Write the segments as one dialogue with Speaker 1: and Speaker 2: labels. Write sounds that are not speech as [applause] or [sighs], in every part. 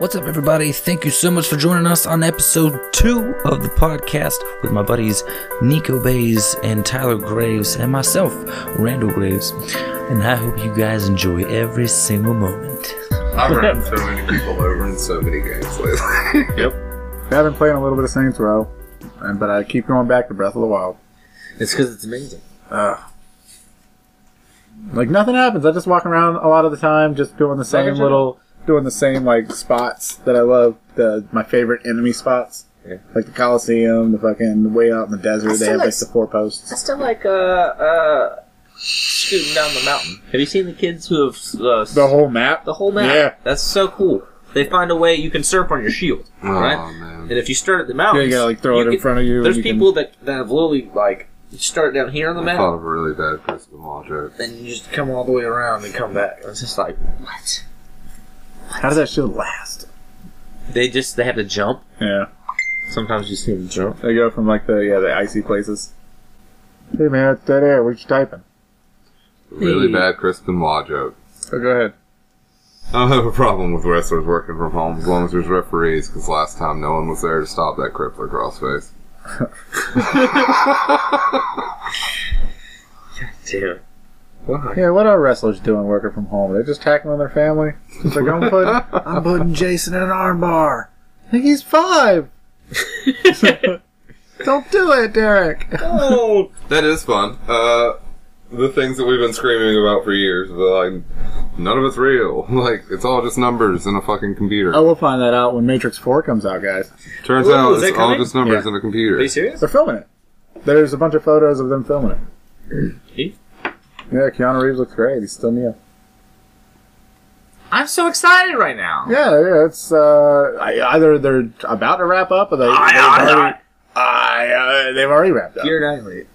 Speaker 1: What's up, everybody? Thank you so much for joining us on episode two of the podcast with my buddies Nico Bays and Tyler Graves and myself, Randall Graves. And I hope you guys enjoy every single moment.
Speaker 2: [laughs]
Speaker 3: I've run so many people over in so many games lately. [laughs]
Speaker 4: I've been playing a little bit of Saints Row, and, but I keep going back to Breath of the Wild.
Speaker 2: It's because it's amazing.
Speaker 4: Ugh. Like nothing happens. I just walk around a lot of the time, just doing the same
Speaker 2: at you.
Speaker 4: little, doing the same like spots that I love. The my favorite enemy spots,
Speaker 2: Yeah.
Speaker 4: like the Coliseum, the fucking way out in the desert. They
Speaker 2: still
Speaker 4: have
Speaker 2: like-
Speaker 4: like the four posts.
Speaker 2: I still like uh uh scooting down the mountain. Have you seen the kids who have uh, s-
Speaker 4: The whole map.
Speaker 2: the whole map?
Speaker 4: Yeah.
Speaker 2: that's so cool. They find a way you can surf on your shield,
Speaker 3: Aw,
Speaker 2: right?
Speaker 3: Oh, man.
Speaker 2: And if you start at the mountains,
Speaker 4: Yeah, you gotta, like, throw it in
Speaker 2: can-
Speaker 4: front of you and
Speaker 2: There's
Speaker 4: you can-
Speaker 2: people that that have literally like you start down here on the
Speaker 3: I thought
Speaker 2: map,
Speaker 3: of a really bad Chris Benoit joke.
Speaker 2: then you just come all the way around and come back. It's just like what?
Speaker 4: How does that shield last?
Speaker 2: They just they have to jump.
Speaker 4: Yeah,
Speaker 2: Sometimes you see them jump.
Speaker 4: they go from like the yeah the icy places. Hey man, it's dead air. What you typing?
Speaker 3: Really
Speaker 2: Hey.
Speaker 3: bad Chris Benoit joke.
Speaker 4: Oh, go ahead.
Speaker 3: I don't have a problem with wrestlers working from home as long as there's referees, because last time no one was there to stop that crippler crossface.
Speaker 2: Damn. Why?
Speaker 4: Yeah, what are wrestlers doing working from home? They're just tackling their family. It's like I'm putting, [laughs] I'm putting Jason in an armbar. Like he's [laughs] five. Don't do it, Derek.
Speaker 2: Oh,
Speaker 3: That is fun. Uh, the things that we've been screaming about for years, but like, none of it's real. [laughs] Like, it's all just numbers in a fucking computer.
Speaker 4: I will find that out when Matrix Four comes out, guys.
Speaker 3: Turns
Speaker 2: Ooh,
Speaker 3: out
Speaker 2: is
Speaker 3: it's
Speaker 2: that
Speaker 3: all
Speaker 2: coming?
Speaker 3: just numbers
Speaker 4: Yeah.
Speaker 3: in a computer.
Speaker 2: are you serious?
Speaker 4: They're filming it. There's a bunch of photos of them filming it.
Speaker 2: He?
Speaker 4: Yeah, Keanu Reeves looks great. He's still Neo.
Speaker 2: I'm so excited right now.
Speaker 4: Yeah, yeah. It's uh, I, either they're about to wrap up, or they.
Speaker 2: Aye,
Speaker 4: they've
Speaker 2: aye,
Speaker 4: already, I, uh, they've already wrapped up.
Speaker 2: You're not late.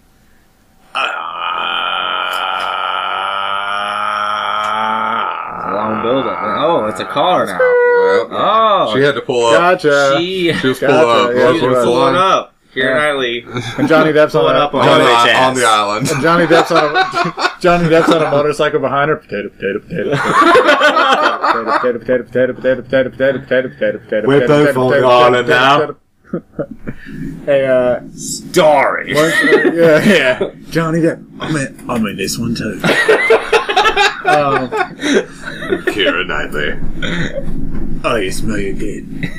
Speaker 4: Ah.
Speaker 2: Long buildup. Oh, it's a car now.
Speaker 3: Well,
Speaker 2: Oh,
Speaker 3: she had to pull up.
Speaker 4: Gotcha.
Speaker 2: she
Speaker 3: She was pulled
Speaker 4: Gotcha,
Speaker 3: up.
Speaker 4: yeah,
Speaker 3: What's
Speaker 4: she was.
Speaker 3: the
Speaker 2: pulling
Speaker 3: line?
Speaker 2: up. Keira
Speaker 4: Yeah.
Speaker 2: Knightley.
Speaker 4: And Johnny Depp's on,
Speaker 2: Pulling
Speaker 4: a,
Speaker 2: up on
Speaker 3: on,
Speaker 4: Johnny,
Speaker 3: the,
Speaker 2: bitch ass.
Speaker 3: on the
Speaker 4: [laughs]
Speaker 3: island.
Speaker 4: Johnny Depp's on a [laughs] Johnny Depp's on a motorcycle behind her. Potato, potato, potato. Potato, potato, potato, potato, potato, potato, potato, potato, potato.
Speaker 2: We're
Speaker 4: potato,
Speaker 2: both
Speaker 4: potato,
Speaker 2: on
Speaker 4: potato, potato,
Speaker 2: Garland
Speaker 4: potato. Hey, uh,
Speaker 2: Starring.
Speaker 4: once-
Speaker 2: [laughs]
Speaker 4: yeah, yeah, Johnny Depp. I'm in, I'm in this one too. um,
Speaker 3: Kira Knightley.
Speaker 4: oh, you smell your
Speaker 2: [laughs]
Speaker 4: good.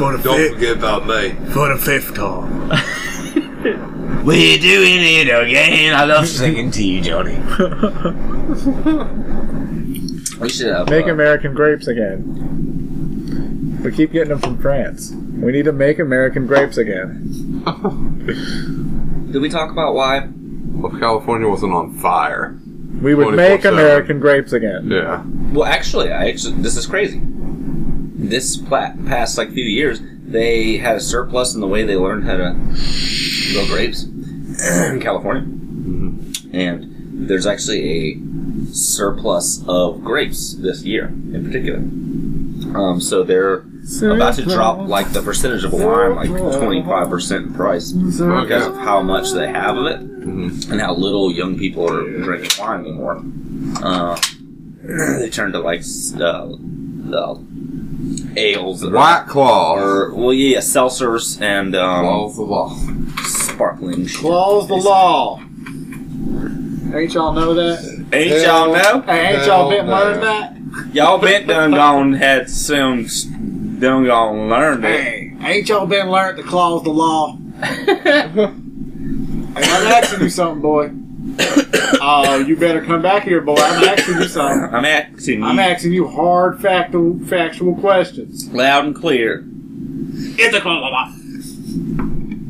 Speaker 4: For the
Speaker 3: Don't forget about me.
Speaker 4: for the fifth time. [laughs]
Speaker 2: We doing it again. I love singing to you, Johnny. we should have.
Speaker 4: Make
Speaker 2: uh,
Speaker 4: American grapes again. We keep getting them from France. We need to make American grapes again.
Speaker 2: Did we talk about why?
Speaker 3: Well, if California wasn't on fire.
Speaker 4: We would make
Speaker 3: 24/7.
Speaker 4: American grapes again.
Speaker 3: Yeah.
Speaker 2: Well, actually, I actually this is crazy. This pla- past like few years, they had a surplus in the way they learned how to grow grapes [clears throat] in California, and there's actually a surplus of grapes this year in particular. Um, so they're about to drop like the percentage of lime, like 25 percent in price because of how much they have of it
Speaker 4: Mm-hmm.
Speaker 2: and how little young people are drinking wine anymore. Uh, [clears throat] they turn to like s- uh, the ales that
Speaker 3: White Claw. Or
Speaker 2: are well, yeah, yeah, seltzers and um,
Speaker 3: Law's the law.
Speaker 2: sparkling. shit.
Speaker 4: Claws the law. Ain't y'all know that?
Speaker 2: Ain't y'all know?
Speaker 4: Hey, ain't y'all been learned that?
Speaker 2: Y'all been done gone had soon s- done gone learned it.
Speaker 4: Hey, ain't y'all been learned to claws the law? Hey, I'm asking you something, boy. Oh, you better come back here, boy. I'm asking you something.
Speaker 2: I'm acting
Speaker 4: I'm
Speaker 2: you
Speaker 4: asking you hard factual factual questions.
Speaker 2: loud and clear.
Speaker 4: It's a claw the law.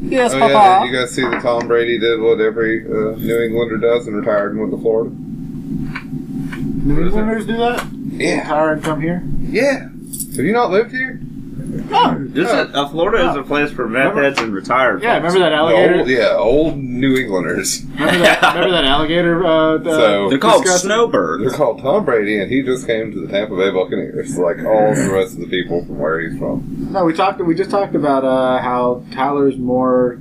Speaker 4: Yes,
Speaker 3: Oh, yeah, did you guys see that Tom Brady did what every uh, New Englander does and retired and went to Florida?
Speaker 4: New Englanders do that?
Speaker 3: Yeah.
Speaker 4: Retire and come here?
Speaker 3: Yeah. Have you not lived here?
Speaker 4: No.
Speaker 2: This is, uh, Florida is a place for meth
Speaker 4: Remember-
Speaker 2: heads and retired.
Speaker 4: Yeah, remember that
Speaker 5: [laughs]
Speaker 3: The
Speaker 4: alligator?
Speaker 3: old, yeah, old New Englanders.
Speaker 4: Remember that, remember that alligator? Uh, the,
Speaker 3: So-
Speaker 2: [laughs] They're called
Speaker 4: Disgusting.
Speaker 3: They're
Speaker 2: snowbirds.
Speaker 3: called Tom Brady, and he just came to the Tampa Bay Buccaneers, like all the rest of the people from where he's from.
Speaker 4: No, we talked. We just talked about uh, how Tyler's more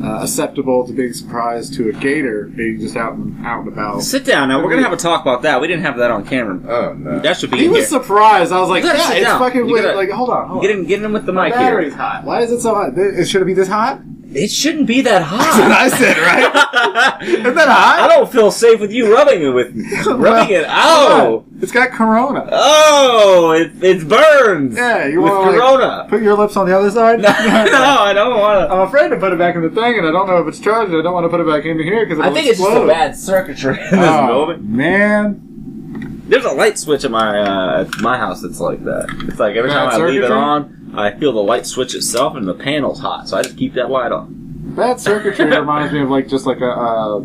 Speaker 5: uh, acceptable to being surprised to a gator being just out and out and about.
Speaker 2: Sit down now. We're gonna have a talk about that. We didn't have that on camera.
Speaker 3: Oh no.
Speaker 2: That should be
Speaker 5: He
Speaker 2: in here.
Speaker 5: was surprised. I was like,
Speaker 2: You gotta
Speaker 5: yeah,
Speaker 2: sit
Speaker 5: it's
Speaker 2: down.
Speaker 5: fucking
Speaker 2: You
Speaker 5: weird.
Speaker 2: gotta-
Speaker 5: Like, hold on, hold
Speaker 2: Get
Speaker 5: on.
Speaker 2: in, get in with the
Speaker 5: My
Speaker 2: mic
Speaker 5: battery's
Speaker 2: here.
Speaker 5: hot. Why is it so hot? Th- It should it be this hot?
Speaker 2: It shouldn't be that
Speaker 5: That's what
Speaker 2: hot.
Speaker 5: I said, right?
Speaker 2: I [laughs]
Speaker 5: Isn't that hot?
Speaker 2: don't feel safe with you rubbing
Speaker 5: [laughs]
Speaker 2: it with rubbing it.
Speaker 5: Come
Speaker 2: Oh,
Speaker 5: on. It's got corona.
Speaker 2: oh, it it burns.
Speaker 5: Yeah, you
Speaker 2: with
Speaker 5: wanna, like- [laughs]
Speaker 2: Corona.
Speaker 5: Put your lips on the other side.
Speaker 2: [laughs] no, I don't want to.
Speaker 5: I'm afraid to put it back in the thing, and I don't know if it's charged. I don't want to put it back into here because
Speaker 2: I think it's just a bad circuitry in
Speaker 5: Oh.
Speaker 2: this moment.
Speaker 5: man.
Speaker 2: There's a light switch at my uh, at my house that's like that. It's like every time
Speaker 5: Bad
Speaker 2: I leave it
Speaker 5: circuitry?
Speaker 2: on, I feel the light switch itself and the panel's hot, so I just keep that light on.
Speaker 5: Bad circuitry reminds me of like just like a uh,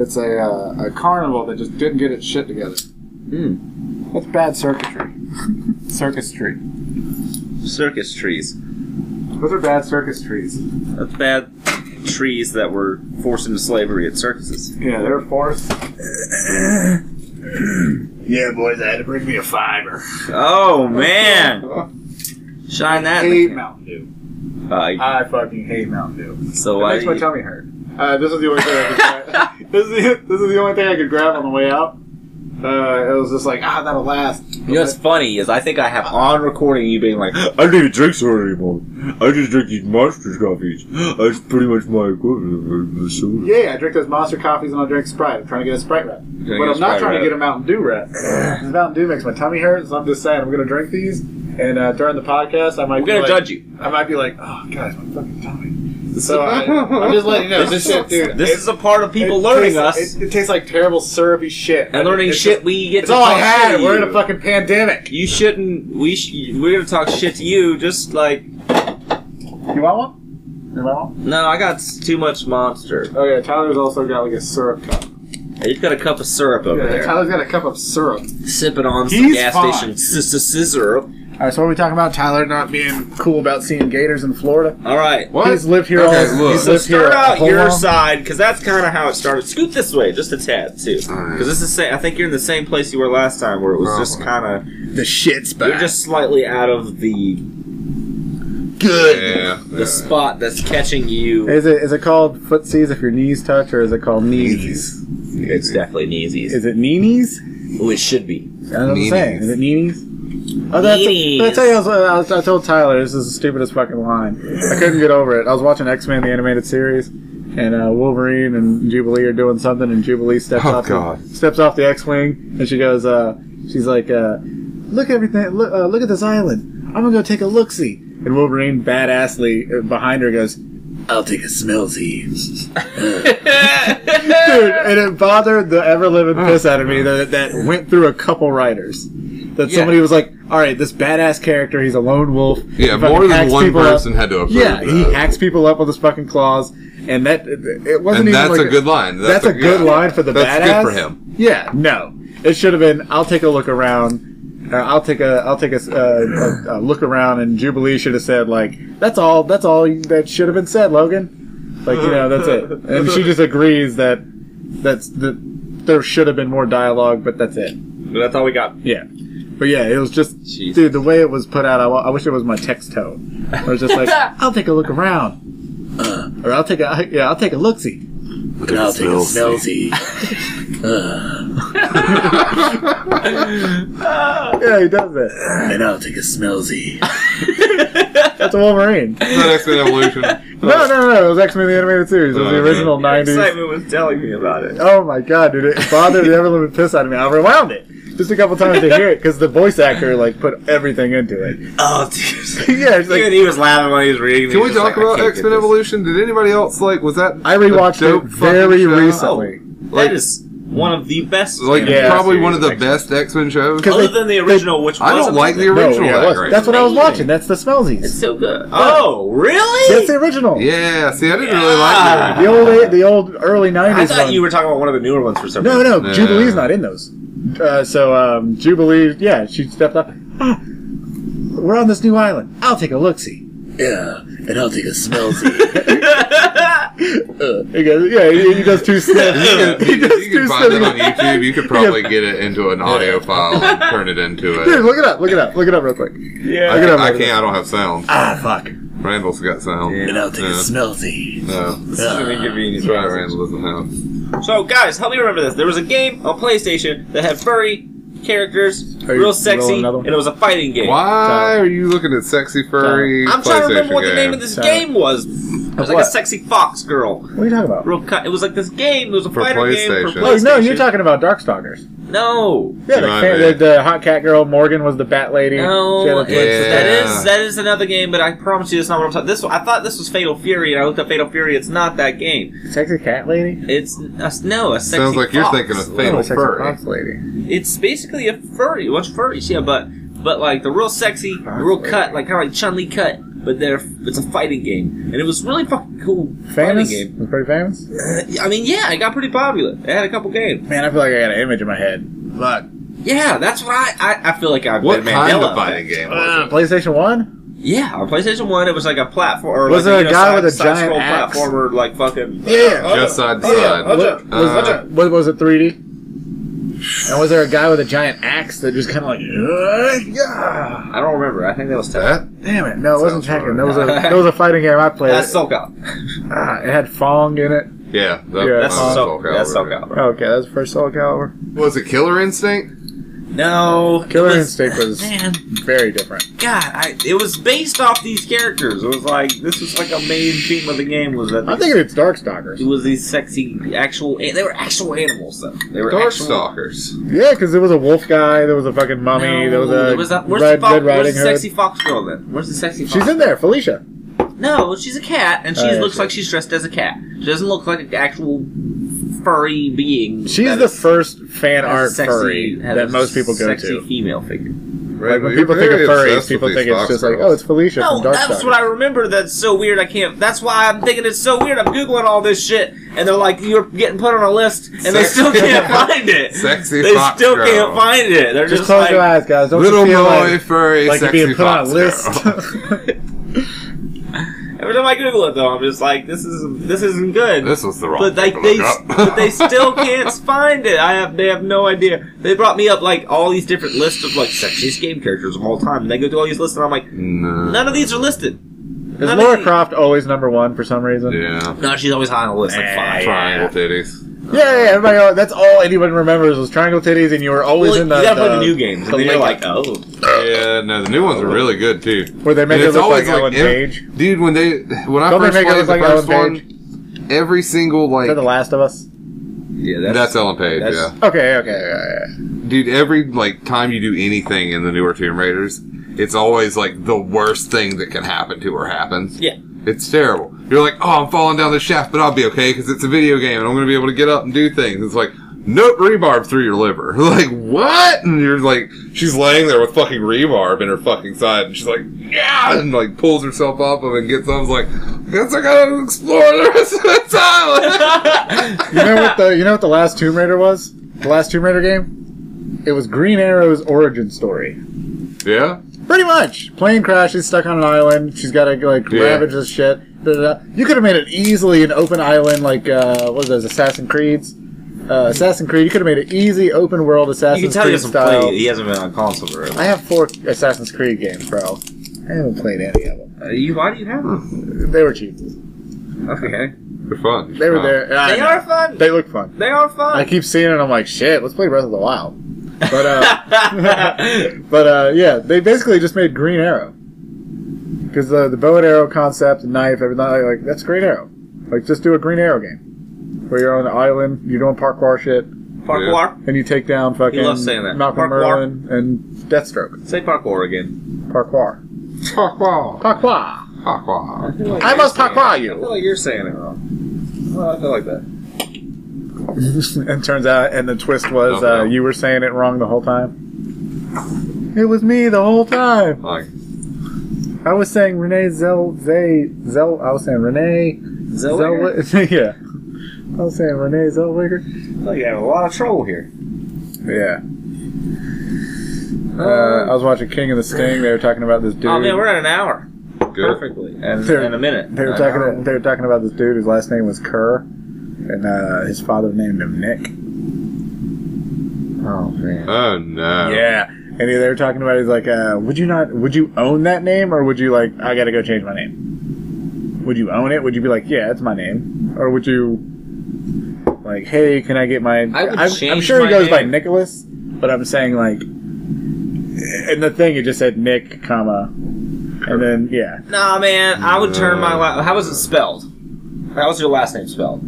Speaker 5: it's a uh, a carnival that just didn't get its shit together.
Speaker 2: Mm.
Speaker 5: That's bad circuitry. circus tree.
Speaker 2: Circus trees.
Speaker 5: Those are bad circus trees.
Speaker 2: That's bad trees that were forced into slavery at circuses.
Speaker 5: Yeah, they're forced. yeah, boys, I had to bring me a [laughs] fiber.
Speaker 2: Oh man, shine that. in the
Speaker 5: hate
Speaker 2: can.
Speaker 5: Mountain Dew.
Speaker 2: Uh,
Speaker 5: I fucking hate Mountain Dew.
Speaker 2: so
Speaker 5: It
Speaker 2: I.
Speaker 5: makes my tummy hurt. Uh, this is the only thing I
Speaker 2: [laughs]
Speaker 5: could grab. this, is the, this is the only thing I could grab on the way out. Uh, it was just like, ah, that'll last.
Speaker 2: You know what's funny is I think I have on recording you being like, [gasps]
Speaker 4: I don't even drink soda anymore. I just drink these monsters coffees. That's pretty much my equivalent of soda.
Speaker 5: Yeah, I drink those monster coffees and I'll drink Sprite. I'm trying to get a Sprite wrap.
Speaker 2: get
Speaker 5: but
Speaker 2: a
Speaker 5: I'm not
Speaker 2: Sprite
Speaker 5: trying
Speaker 2: wrap.
Speaker 5: to get a Mountain Dew wrap. This Mountain Dew makes my tummy hurt, so I'm just saying I'm going to drink these. And uh, during the podcast, I might
Speaker 2: "I'm
Speaker 5: be
Speaker 2: gonna
Speaker 5: like,
Speaker 2: judge you."
Speaker 5: I might be like, oh, guys, my fucking tummy. So I, I'm just letting you know, this shit, dude.
Speaker 2: This
Speaker 5: it-
Speaker 2: is a part of people
Speaker 5: it
Speaker 2: learning
Speaker 5: tastes-
Speaker 2: us
Speaker 5: It, it tastes like terrible syrupy shit.
Speaker 2: and learning
Speaker 5: It's
Speaker 2: shit.
Speaker 5: just-
Speaker 2: we get.
Speaker 5: It's
Speaker 2: to
Speaker 5: all I
Speaker 2: talk
Speaker 5: had.
Speaker 2: to
Speaker 5: We're
Speaker 2: you.
Speaker 5: in a fucking pandemic.
Speaker 2: You shouldn't. We sh- we're gonna talk shit to you. Just like
Speaker 5: You want one? You want one?
Speaker 2: no, I got s- too much monster.
Speaker 5: Oh yeah, Tyler's also got like a syrup cup.
Speaker 2: He's got a cup of syrup over
Speaker 5: Yeah,
Speaker 2: there,
Speaker 5: Tyler's got a cup of syrup.
Speaker 2: sipping on some
Speaker 5: He's
Speaker 2: gas
Speaker 5: fine.
Speaker 2: station s- s- syrup.
Speaker 5: All right, so what are we talking about? Tyler not being cool about seeing gators in Florida.
Speaker 2: All right.
Speaker 3: What?
Speaker 5: He's lived here
Speaker 3: Okay,
Speaker 5: all.
Speaker 3: look.
Speaker 5: He's
Speaker 2: So
Speaker 5: lived here
Speaker 2: start
Speaker 5: a
Speaker 2: out
Speaker 5: whole
Speaker 2: your
Speaker 5: long-
Speaker 2: side because that's kind of how it started. Scoot this way, just a tad too,
Speaker 3: Alright.
Speaker 2: because this is. Sa- I think you're in the same place you were last time, where it
Speaker 3: Oh,
Speaker 2: was just kind of
Speaker 5: The shit's
Speaker 2: you're just slightly out of the
Speaker 5: good.
Speaker 3: Yeah.
Speaker 2: the spot that's catching you.
Speaker 4: Is it is it called footsies if your knees touch, or is it called knees?
Speaker 2: It's definitely kneesies.
Speaker 4: Is it knees?
Speaker 2: Oh, it should be.
Speaker 4: That's what I'm saying.
Speaker 3: Knees.
Speaker 4: Is it knees? Oh, that's,
Speaker 2: Knees.
Speaker 4: that's how I, was, I, was, I told Tyler this is the stupidest fucking line. I couldn't get over it. I was watching X Men the animated series, and uh, Wolverine and Jubilee are doing something, and Jubilee steps
Speaker 3: Oh,
Speaker 4: off
Speaker 3: God.
Speaker 4: The, steps off the X wing, and she goes, uh, she's like, uh, look everything, look, uh, look at this island. I'm gonna go take a look see. And Wolverine badassly uh, behind her goes, I'll take a
Speaker 3: [laughs]
Speaker 4: smell [laughs] see. Dude, and it bothered the ever living piss out of me that that went through a couple writers. That
Speaker 2: Yeah.
Speaker 4: somebody was like, "All right, this badass character, he's a lone wolf."
Speaker 3: Yeah,
Speaker 4: He fucking
Speaker 3: more than
Speaker 4: hacks
Speaker 3: one
Speaker 4: people up."
Speaker 3: person had to approve
Speaker 4: Yeah, he
Speaker 3: that.
Speaker 4: hacks people up with his fucking claws, and that it
Speaker 3: And
Speaker 4: wasn't even
Speaker 3: that's
Speaker 4: like
Speaker 3: a good line.
Speaker 4: That's, a good
Speaker 3: yeah.
Speaker 4: line for the
Speaker 3: That's
Speaker 4: badass.
Speaker 3: good for him.
Speaker 4: Yeah, no, it should have been. I'll take a look around. Uh, I'll take a I'll take a, s- uh, a, a look around, and Jubilee should have said like, "That's all. That's all you- that should have been said, Logan." Like you know, that's it. And she just agrees that that's that there should have been more dialogue, but that's it.
Speaker 2: That's all we got.
Speaker 4: Yeah. But yeah, it was just,
Speaker 2: Jeez.
Speaker 4: dude, the way it was put out, I, wa- I wish it was my text tone. I was just like, I'll take a look around. Uh, or I'll take a, yeah, I'll take a look see. I'll take a smell see. [laughs] yeah, he does that.
Speaker 6: And I'll take a smellsy.
Speaker 4: [laughs] That's Wolverine.
Speaker 3: It's not X-Men
Speaker 4: [laughs]
Speaker 3: Evolution.
Speaker 4: No, no, no, no, it was X Men the Animated Series. It was the
Speaker 3: Uh,
Speaker 4: original 90s.
Speaker 2: Excitement was telling me
Speaker 3: [laughs]
Speaker 2: about it.
Speaker 4: Oh my god, dude, it bothered the ever living piss out of me. I rewound it just a couple times to hear it because the voice actor, like, put everything into
Speaker 3: [laughs]
Speaker 4: it.
Speaker 2: Oh, dude.
Speaker 4: yeah, it's like,
Speaker 2: Even he was laughing while he was reading.
Speaker 3: Can we talk about X-Men Evolution? Did anybody else like? Was that?
Speaker 4: I rewatched
Speaker 3: a dope
Speaker 4: it very
Speaker 3: fucking show? Oh,
Speaker 4: recently
Speaker 3: Like-
Speaker 2: that is one of the best.
Speaker 3: Like
Speaker 2: anime
Speaker 4: Yeah.
Speaker 3: probably one of the
Speaker 2: series,
Speaker 3: best X-Men shows.
Speaker 4: because
Speaker 2: actually. Other than the original, which
Speaker 3: I don't
Speaker 2: wasn't
Speaker 3: like the
Speaker 2: that-
Speaker 3: original.
Speaker 4: yeah, it
Speaker 3: that
Speaker 4: was.
Speaker 3: great.
Speaker 4: That's what I was
Speaker 6: Amazing.
Speaker 4: watching. That's the Smelzies.
Speaker 6: So good.
Speaker 2: Oh, really?
Speaker 4: That's the original.
Speaker 3: Yeah, see, I didn't really like
Speaker 4: The
Speaker 3: that.
Speaker 4: old, the old early
Speaker 2: I
Speaker 4: nineties.
Speaker 2: thought you were talking about one of the newer ones for some
Speaker 4: No,
Speaker 2: reason.
Speaker 4: no,
Speaker 3: Nah.
Speaker 4: Jubilee's not in those. Uh, so um, Jubilee, yeah, she stepped up. Ah, we're on this new island. I'll take a look. See,
Speaker 6: Yeah. And I'll take a
Speaker 4: [laughs]
Speaker 6: smellsy.
Speaker 4: he goes, yeah, he, he does
Speaker 3: [laughs]
Speaker 4: two
Speaker 3: You
Speaker 4: steps.
Speaker 3: can,
Speaker 4: [laughs] he does
Speaker 3: you can
Speaker 4: two
Speaker 3: find
Speaker 4: steps.
Speaker 3: it on YouTube. You could probably get it into an audio file
Speaker 4: [laughs]
Speaker 3: and turn it into
Speaker 4: Dude,
Speaker 3: it.
Speaker 4: look it up. Look it up. Look it up real quick.
Speaker 3: I,
Speaker 4: look it up,
Speaker 3: I
Speaker 4: look it
Speaker 3: can't. I don't have sound.
Speaker 4: Ah, fuck.
Speaker 3: Randall's got sound.
Speaker 2: Yeah.
Speaker 6: and I'll take
Speaker 3: Yeah.
Speaker 6: a smellsy.
Speaker 3: No.
Speaker 2: This is an inconvenience.
Speaker 3: That's right, Randall doesn't have.
Speaker 2: So, guys, help me remember this. There was a game on PlayStation that had furry characters,
Speaker 4: Are you
Speaker 2: real sexy,
Speaker 4: rolling another
Speaker 2: and
Speaker 4: one?
Speaker 2: it was a fighting game.
Speaker 3: Why are you looking at sexy furry?
Speaker 2: I'm trying to remember
Speaker 3: PlayStation
Speaker 2: what the name
Speaker 3: game?
Speaker 2: of this
Speaker 4: So-
Speaker 2: game was. It was
Speaker 4: Of
Speaker 2: like a
Speaker 4: what?
Speaker 2: sexy fox girl.
Speaker 4: What are you talking about?
Speaker 2: Real cut. It was like this game. It was a
Speaker 3: For
Speaker 2: fighter game for
Speaker 3: PlayStation.
Speaker 4: Oh
Speaker 2: PlayStation.
Speaker 4: no, you're talking about Darkstalkers.
Speaker 2: No,
Speaker 4: Yeah, the,
Speaker 3: Right,
Speaker 4: fan,
Speaker 3: man.
Speaker 4: the, the hot cat girl Morgan was the bat lady. She had
Speaker 2: no.
Speaker 4: a
Speaker 2: it's-
Speaker 4: twin
Speaker 3: Yeah.
Speaker 2: That is that is another game, but I promise you, that's not what I'm talking. This I thought this was Fatal Fury, and I looked up Fatal Fury. It's not that game.
Speaker 4: sister. Sexy cat lady.
Speaker 2: It's a, no a sexy.
Speaker 3: Sounds like you're
Speaker 2: fox.
Speaker 3: thinking of
Speaker 4: Oh,
Speaker 3: Fatal
Speaker 4: sexy
Speaker 3: Furry.
Speaker 4: fox lady.
Speaker 2: It's basically a furry. What's furry? Yeah, but but like the real sexy, the real cut, like kind of like Chun Li cut, but they're it's a fighting game, and it was really fucking cool fighting
Speaker 4: Famous.
Speaker 2: game. Uh,
Speaker 4: Was pretty famous.
Speaker 2: I mean, yeah, it got pretty popular. It had a couple games.
Speaker 4: Man, I feel like I got an image in my head. Fuck.
Speaker 2: Yeah, that's what I I, I feel like I've
Speaker 3: What
Speaker 2: been
Speaker 3: kind
Speaker 2: Mandela.
Speaker 3: of fighting game was
Speaker 4: Uh, PlayStation One.
Speaker 2: Yeah, on PlayStation One, it was like a platform. Or
Speaker 4: Was
Speaker 2: like
Speaker 4: it a
Speaker 2: you know,
Speaker 4: guy
Speaker 2: side-
Speaker 4: with a
Speaker 2: side-scroll
Speaker 4: giant axe?
Speaker 2: platformer? Like fucking
Speaker 4: uh,
Speaker 3: it? Just side to
Speaker 4: oh,
Speaker 3: side.
Speaker 4: What, was,
Speaker 3: Uh,
Speaker 4: what was it? 3D. And was there a guy with a giant axe that just kind of like? "Ugh, yeah."
Speaker 2: I don't remember. I think that was ten.
Speaker 3: that?
Speaker 4: Damn it! No, it wasn't
Speaker 3: Sounds
Speaker 4: Tekken. That was a that was a fighting game I played.
Speaker 2: That's Soul Calibur.
Speaker 4: Ah, it had Fong in it.
Speaker 3: Yeah, that,
Speaker 4: Yeah.
Speaker 2: That's
Speaker 3: uh,
Speaker 2: Soul.
Speaker 3: Soul
Speaker 2: That's Soul
Speaker 3: Calibur.
Speaker 2: Calibur.
Speaker 4: Okay, that's the first Soul Calibur.
Speaker 3: Was it Killer Instinct?
Speaker 2: No, it
Speaker 4: Killer
Speaker 2: was-
Speaker 4: Instinct was
Speaker 2: man.
Speaker 4: very different.
Speaker 2: God, I, it was based off these characters. It was like this was like a main theme of the game was that
Speaker 4: I'm
Speaker 2: these-
Speaker 4: thinking it's
Speaker 2: it
Speaker 4: Darkstalkers.
Speaker 2: was these sexy actual. They were actual animals though. They were actual-
Speaker 3: Darkstalkers.
Speaker 4: Yeah, because there was a wolf guy, there was a fucking mummy,
Speaker 2: No,
Speaker 4: there was a
Speaker 2: there was that- where's
Speaker 4: red,
Speaker 2: the fo-
Speaker 4: red
Speaker 2: where's
Speaker 4: riding
Speaker 2: the
Speaker 4: hood.
Speaker 2: sexy fox girl then? Where's the sexy fox?
Speaker 4: She's in there, Felicia.
Speaker 2: No, she's a cat, and she
Speaker 4: Oh, yeah,
Speaker 2: looks
Speaker 4: she
Speaker 2: like she's dressed as a cat. She doesn't look like an actual furry being.
Speaker 4: She's
Speaker 2: that
Speaker 4: the
Speaker 2: is-
Speaker 4: first fan
Speaker 2: has a
Speaker 4: art
Speaker 2: sexy-
Speaker 4: furry
Speaker 2: has
Speaker 4: that
Speaker 2: a
Speaker 4: most people go
Speaker 2: sexy
Speaker 4: to.
Speaker 2: female figure.
Speaker 4: Like when people think of furries, people think it's just like, oh, it's Felicia
Speaker 2: No,
Speaker 4: from
Speaker 2: that's
Speaker 4: Darkstalkers.
Speaker 2: what I remember. That's so weird. I can't. That's why I'm thinking it's so weird. I'm googling all this shit, and they're like, "You're getting put on a list," and they
Speaker 3: Sex- [laughs]
Speaker 2: still can't find it.
Speaker 3: Sexy
Speaker 2: They
Speaker 3: fox
Speaker 2: still
Speaker 3: girl.
Speaker 2: can't find it. They're
Speaker 4: Just
Speaker 2: just,
Speaker 4: close
Speaker 2: like,
Speaker 4: your eyes, guys. Don't you
Speaker 3: little
Speaker 4: feel
Speaker 3: boy
Speaker 4: like,
Speaker 3: furry
Speaker 4: like you're
Speaker 3: sexy
Speaker 4: being put on a
Speaker 3: fox [laughs]
Speaker 4: list.
Speaker 3: girl.
Speaker 4: [laughs]
Speaker 2: every time I Google it, though, I'm just like, "This is this isn't good."
Speaker 3: This was the wrong.
Speaker 2: but like
Speaker 3: thing to
Speaker 2: they,
Speaker 3: look up.
Speaker 2: but
Speaker 3: [laughs]
Speaker 2: they still can't find it. I have, they have no idea. They brought me up like all these different lists of like sexiest game characters of all time. And they go through all these lists, and I'm like,
Speaker 3: no.
Speaker 2: none of these are listed.
Speaker 4: Is
Speaker 2: None
Speaker 4: Laura
Speaker 2: of
Speaker 4: Croft always number one for some reason? Yeah,
Speaker 3: Yeah.
Speaker 2: these- No, she's always high on the list, like five.
Speaker 3: Triangle titties.
Speaker 4: yeah, yeah, everybody. always- That's all anyone remembers was Triangle Titties, and you were always
Speaker 2: Well, you
Speaker 4: in uh, the,
Speaker 2: gotta play
Speaker 4: the-
Speaker 2: the new games,
Speaker 4: the
Speaker 2: and then you're
Speaker 4: link
Speaker 2: like, oh,
Speaker 3: Yeah, no, the new ones are really good too.
Speaker 4: where they made
Speaker 3: And
Speaker 4: it
Speaker 3: it's
Speaker 4: look like
Speaker 3: always
Speaker 4: Ellen
Speaker 3: ev-
Speaker 4: Page.
Speaker 3: dude. When they when I
Speaker 4: Don't they
Speaker 3: first
Speaker 4: make it
Speaker 3: played
Speaker 4: look
Speaker 3: the
Speaker 4: like
Speaker 3: first
Speaker 4: Ellen
Speaker 3: one, every single
Speaker 4: Is
Speaker 3: like
Speaker 4: that The Last of Us?
Speaker 2: yeah,
Speaker 3: that's, Ellen Page,
Speaker 2: that's-
Speaker 3: yeah,
Speaker 4: Okay, okay, yeah, yeah.
Speaker 3: dude. Every like time you do anything in the newer Tomb Raiders, it's always like the worst thing that can happen to her happens.
Speaker 2: [laughs] yeah.
Speaker 3: It's terrible. You're like, oh, I'm falling down the shaft, but I'll be okay because it's a video game and I'm going to be able to get up and do things. It's like, nope, rebarb through your liver. [laughs] like, what? And you're like, she's laying there with fucking rebarb in her fucking side and she's like, yeah, and like pulls herself up and then gets up. and is like, guess I gotta explore the rest of this island. [laughs]
Speaker 4: you know what the you know what the last Tomb Raider was? The last Tomb Raider game? It was Green Arrow's origin story.
Speaker 3: yeah?
Speaker 4: Pretty much. Plane crashes, stuck on an island. She's got to like
Speaker 3: Yeah.
Speaker 4: ravage this shit. Da, da, da. You could have made it easily an open island, like uh, what was those Assassin's Creeds? Uh, Assassin's Creed. You could have made it easy, open world
Speaker 2: You can
Speaker 4: Assassin's
Speaker 2: tell he
Speaker 4: Creed
Speaker 2: hasn't
Speaker 4: style.
Speaker 2: played. He hasn't been on console very long.
Speaker 4: I have four Assassin's Creed games, bro. I haven't played any of them.
Speaker 2: Uh, You, why do you have them?
Speaker 4: They were cheap.
Speaker 2: Okay,
Speaker 3: They're fun.
Speaker 4: They were
Speaker 3: Wow.
Speaker 4: there. I
Speaker 2: they
Speaker 4: know.
Speaker 2: are fun.
Speaker 4: They look fun.
Speaker 2: They are fun.
Speaker 4: I keep seeing it. I'm like, shit. Let's play Breath of the Wild. But
Speaker 2: [laughs]
Speaker 4: uh, [laughs] But uh, yeah, they basically just made Green Arrow because the the bow and arrow concept, the knife, everything like, like, that's Green Arrow. Like just do a Green Arrow game where you're on an island, you're doing parkour shit,
Speaker 2: parkour.
Speaker 4: and you take down fucking
Speaker 2: loves saying that.
Speaker 4: Malcolm
Speaker 2: Parkour.
Speaker 4: Merlin and Deathstroke.
Speaker 2: Say parkour again.
Speaker 4: Parkour.
Speaker 3: Quack, quack,
Speaker 4: Parkour.
Speaker 3: quack, quack.
Speaker 2: feel like
Speaker 4: I
Speaker 2: you're
Speaker 4: must
Speaker 2: saying
Speaker 4: parkour
Speaker 2: it.
Speaker 4: you. [laughs]
Speaker 2: I feel like you're saying it wrong. Well, I feel like that.
Speaker 4: and turns out, and the twist was
Speaker 3: Oh, no.
Speaker 4: uh, you were saying it wrong the whole time. It was me the whole time.
Speaker 3: Like,
Speaker 4: I was saying Renee Zell Zay Zell. I was saying Renee.
Speaker 2: Zellweger?
Speaker 4: Zellwe- [laughs] yeah. I was saying Renee Zellweger.
Speaker 2: I feel like you have a lot of trouble here.
Speaker 4: Yeah. Uh, I was watching King of the Sting. They were talking about this dude.
Speaker 2: Oh man, we're at an hour
Speaker 3: good.
Speaker 2: perfectly, and
Speaker 4: They're-
Speaker 2: in a minute.
Speaker 4: they were
Speaker 2: An
Speaker 4: talking.
Speaker 2: hour.
Speaker 4: they were talking about this dude whose last name was Kerr, and uh, his father named him Nick.
Speaker 2: Oh man.
Speaker 3: Oh, no.
Speaker 4: Yeah, And they were talking about it, he's like, uh, would you not, would you own that name or would you like, I gotta go change my name? Would you own it? Would you be like, yeah, it's my name? Or would you, like, hey, can I get my,
Speaker 2: I would
Speaker 4: I'm, I'm
Speaker 2: change
Speaker 4: sure he
Speaker 2: my
Speaker 4: goes by
Speaker 2: name.
Speaker 4: Nicholas, but I'm saying like, in the thing it just said Nick, comma, and then, yeah.
Speaker 2: Nah, man, I would turn my. La- How was it spelled? How was your last name spelled?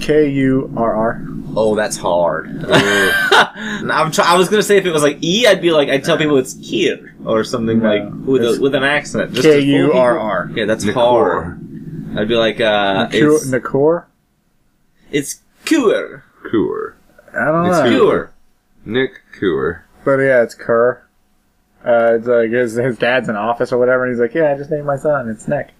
Speaker 4: K U R R.
Speaker 2: Oh, that's hard. [laughs] And I'm try- I was gonna say if it was like E, I'd be like, I'd tell people it's here or something
Speaker 4: No,
Speaker 2: like with
Speaker 4: it's
Speaker 2: a, with an accent. just to fool
Speaker 4: K
Speaker 2: people.
Speaker 4: U E R R.
Speaker 2: Yeah, that's
Speaker 3: Nicor.
Speaker 2: hard. I'd be like, uh,
Speaker 4: E
Speaker 2: it's
Speaker 4: Nakor?
Speaker 2: it's Cure.
Speaker 3: Cooer.
Speaker 4: I don't
Speaker 3: It's
Speaker 4: know.
Speaker 2: Cure.
Speaker 3: Nick Cooer.
Speaker 4: But yeah, it's Kerr. Uh, it's like his, his dad's in office or whatever, and he's like, "Yeah, I just named my son. It's Nick."